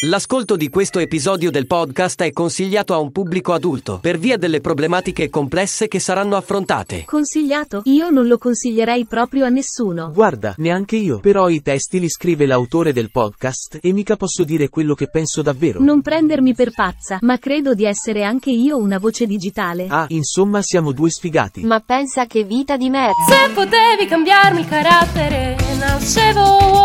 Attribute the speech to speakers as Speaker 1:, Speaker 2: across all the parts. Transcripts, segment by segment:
Speaker 1: L'ascolto di questo episodio del podcast è consigliato a un pubblico adulto per via delle problematiche complesse che saranno affrontate.
Speaker 2: Consigliato? Io non lo consiglierei proprio a nessuno.
Speaker 3: Guarda, neanche io. Però i testi li scrive l'autore del podcast e mica posso dire quello che penso davvero.
Speaker 2: Non prendermi per pazza, ma credo di essere anche io una voce digitale.
Speaker 3: Ah, insomma siamo due sfigati.
Speaker 4: Ma pensa che vita di merda.
Speaker 5: Se potevi cambiarmi il carattere, nascevo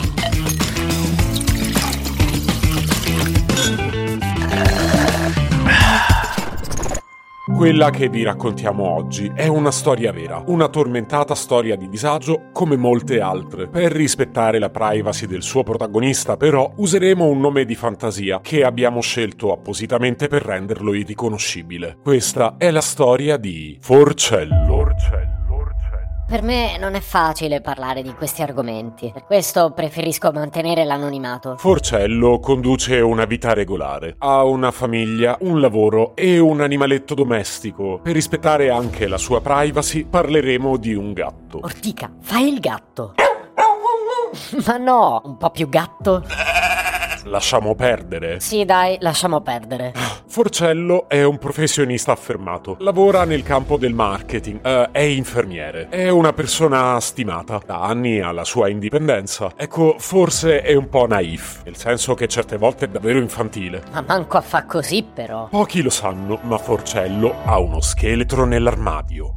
Speaker 6: Quella che vi raccontiamo oggi è una storia vera, una tormentata storia di disagio come molte altre. Per rispettare la privacy del suo protagonista, però, useremo un nome di fantasia che abbiamo scelto appositamente per renderlo irriconoscibile. Questa è la storia di Forcello.
Speaker 4: Per me non è facile parlare di questi argomenti, per questo preferisco mantenere l'anonimato.
Speaker 6: Forcello conduce una vita regolare, ha una famiglia, un lavoro e un animaletto domestico. Per rispettare anche la sua privacy parleremo di un gatto.
Speaker 4: Ortica, fai il gatto. Ma no, un po' più gatto.
Speaker 6: Lasciamo perdere.
Speaker 4: Sì, dai, lasciamo perdere.
Speaker 6: Forcello è un professionista affermato, lavora nel campo del marketing, eh, è infermiere, è una persona stimata, da anni ha la sua indipendenza. Ecco, forse è un po' naif, nel senso che certe volte è davvero infantile.
Speaker 4: Ma manco a fa così però.
Speaker 6: Pochi lo sanno, ma Forcello ha uno scheletro nell'armadio.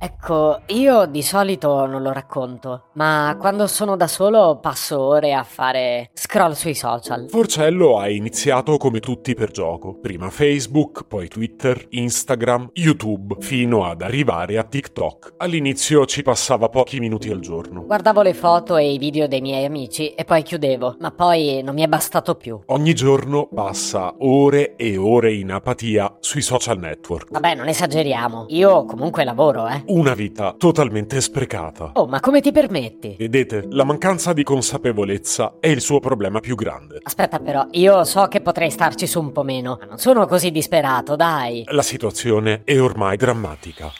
Speaker 4: Ecco, io di solito non lo racconto, ma quando sono da solo passo ore a fare scroll sui social.
Speaker 6: Forcello ha iniziato come tutti per gioco, prima Facebook, poi Twitter, Instagram, YouTube, fino ad arrivare a TikTok. All'inizio ci passava pochi minuti al giorno.
Speaker 4: Guardavo le foto e i video dei miei amici e poi chiudevo, ma poi non mi è bastato più.
Speaker 6: Ogni giorno passa ore e ore in apatia sui social network.
Speaker 4: Vabbè, non esageriamo, io comunque lavoro, eh.
Speaker 6: Una vita totalmente sprecata.
Speaker 4: Oh, ma come ti permetti?
Speaker 6: Vedete, la mancanza di consapevolezza è il suo problema più grande.
Speaker 4: Aspetta però, io so che potrei starci su un po' meno, ma non sono così disperato, dai.
Speaker 6: La situazione è ormai drammatica.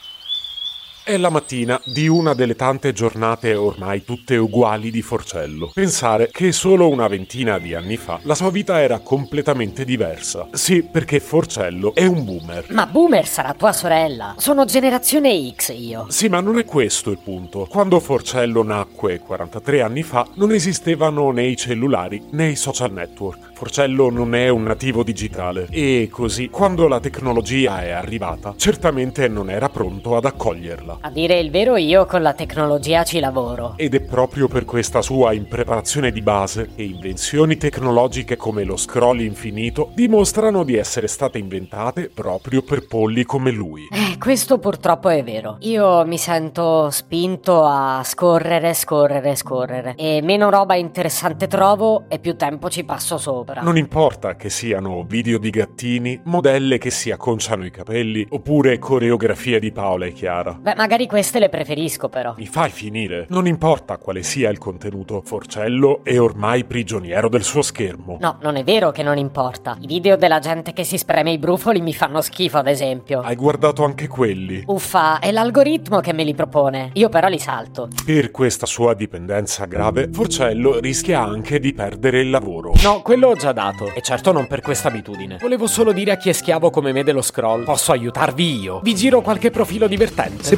Speaker 6: È la mattina di una delle tante giornate ormai tutte uguali di Forcello. Pensare che solo una ventina di anni fa la sua vita era completamente diversa. Sì, perché Forcello è un boomer.
Speaker 4: Ma Boomer sarà tua sorella. Sono generazione X io.
Speaker 6: Sì, ma non è questo il punto. Quando Forcello nacque 43 anni fa, non esistevano né i cellulari né i social network. Forcello non è un nativo digitale e così, quando la tecnologia è arrivata, certamente non era pronto ad accoglierla.
Speaker 4: A dire il vero io con la tecnologia ci lavoro.
Speaker 6: Ed è proprio per questa sua impreparazione di base che invenzioni tecnologiche come lo scroll infinito dimostrano di essere state inventate proprio per polli come lui.
Speaker 4: Eh, questo purtroppo è vero. Io mi sento spinto a scorrere, scorrere, scorrere. E meno roba interessante trovo e più tempo ci passo sopra.
Speaker 6: Non importa che siano video di gattini, modelle che si acconciano i capelli oppure coreografie di Paola e Chiara.
Speaker 4: Beh, magari queste le preferisco però.
Speaker 6: Mi fai finire? Non importa quale sia il contenuto, Forcello è ormai prigioniero del suo schermo.
Speaker 4: No, non è vero che non importa. I video della gente che si spreme i brufoli mi fanno schifo, ad esempio.
Speaker 6: Hai guardato anche quelli.
Speaker 4: Uffa, è l'algoritmo che me li propone. Io però li salto.
Speaker 6: Per questa sua dipendenza grave, Forcello rischia anche di perdere il lavoro.
Speaker 7: No, quello ho già dato. E certo non per questa abitudine. Volevo solo dire a chi è schiavo come me dello scroll. Posso aiutarvi io. Vi giro qualche profilo divertente.
Speaker 8: Se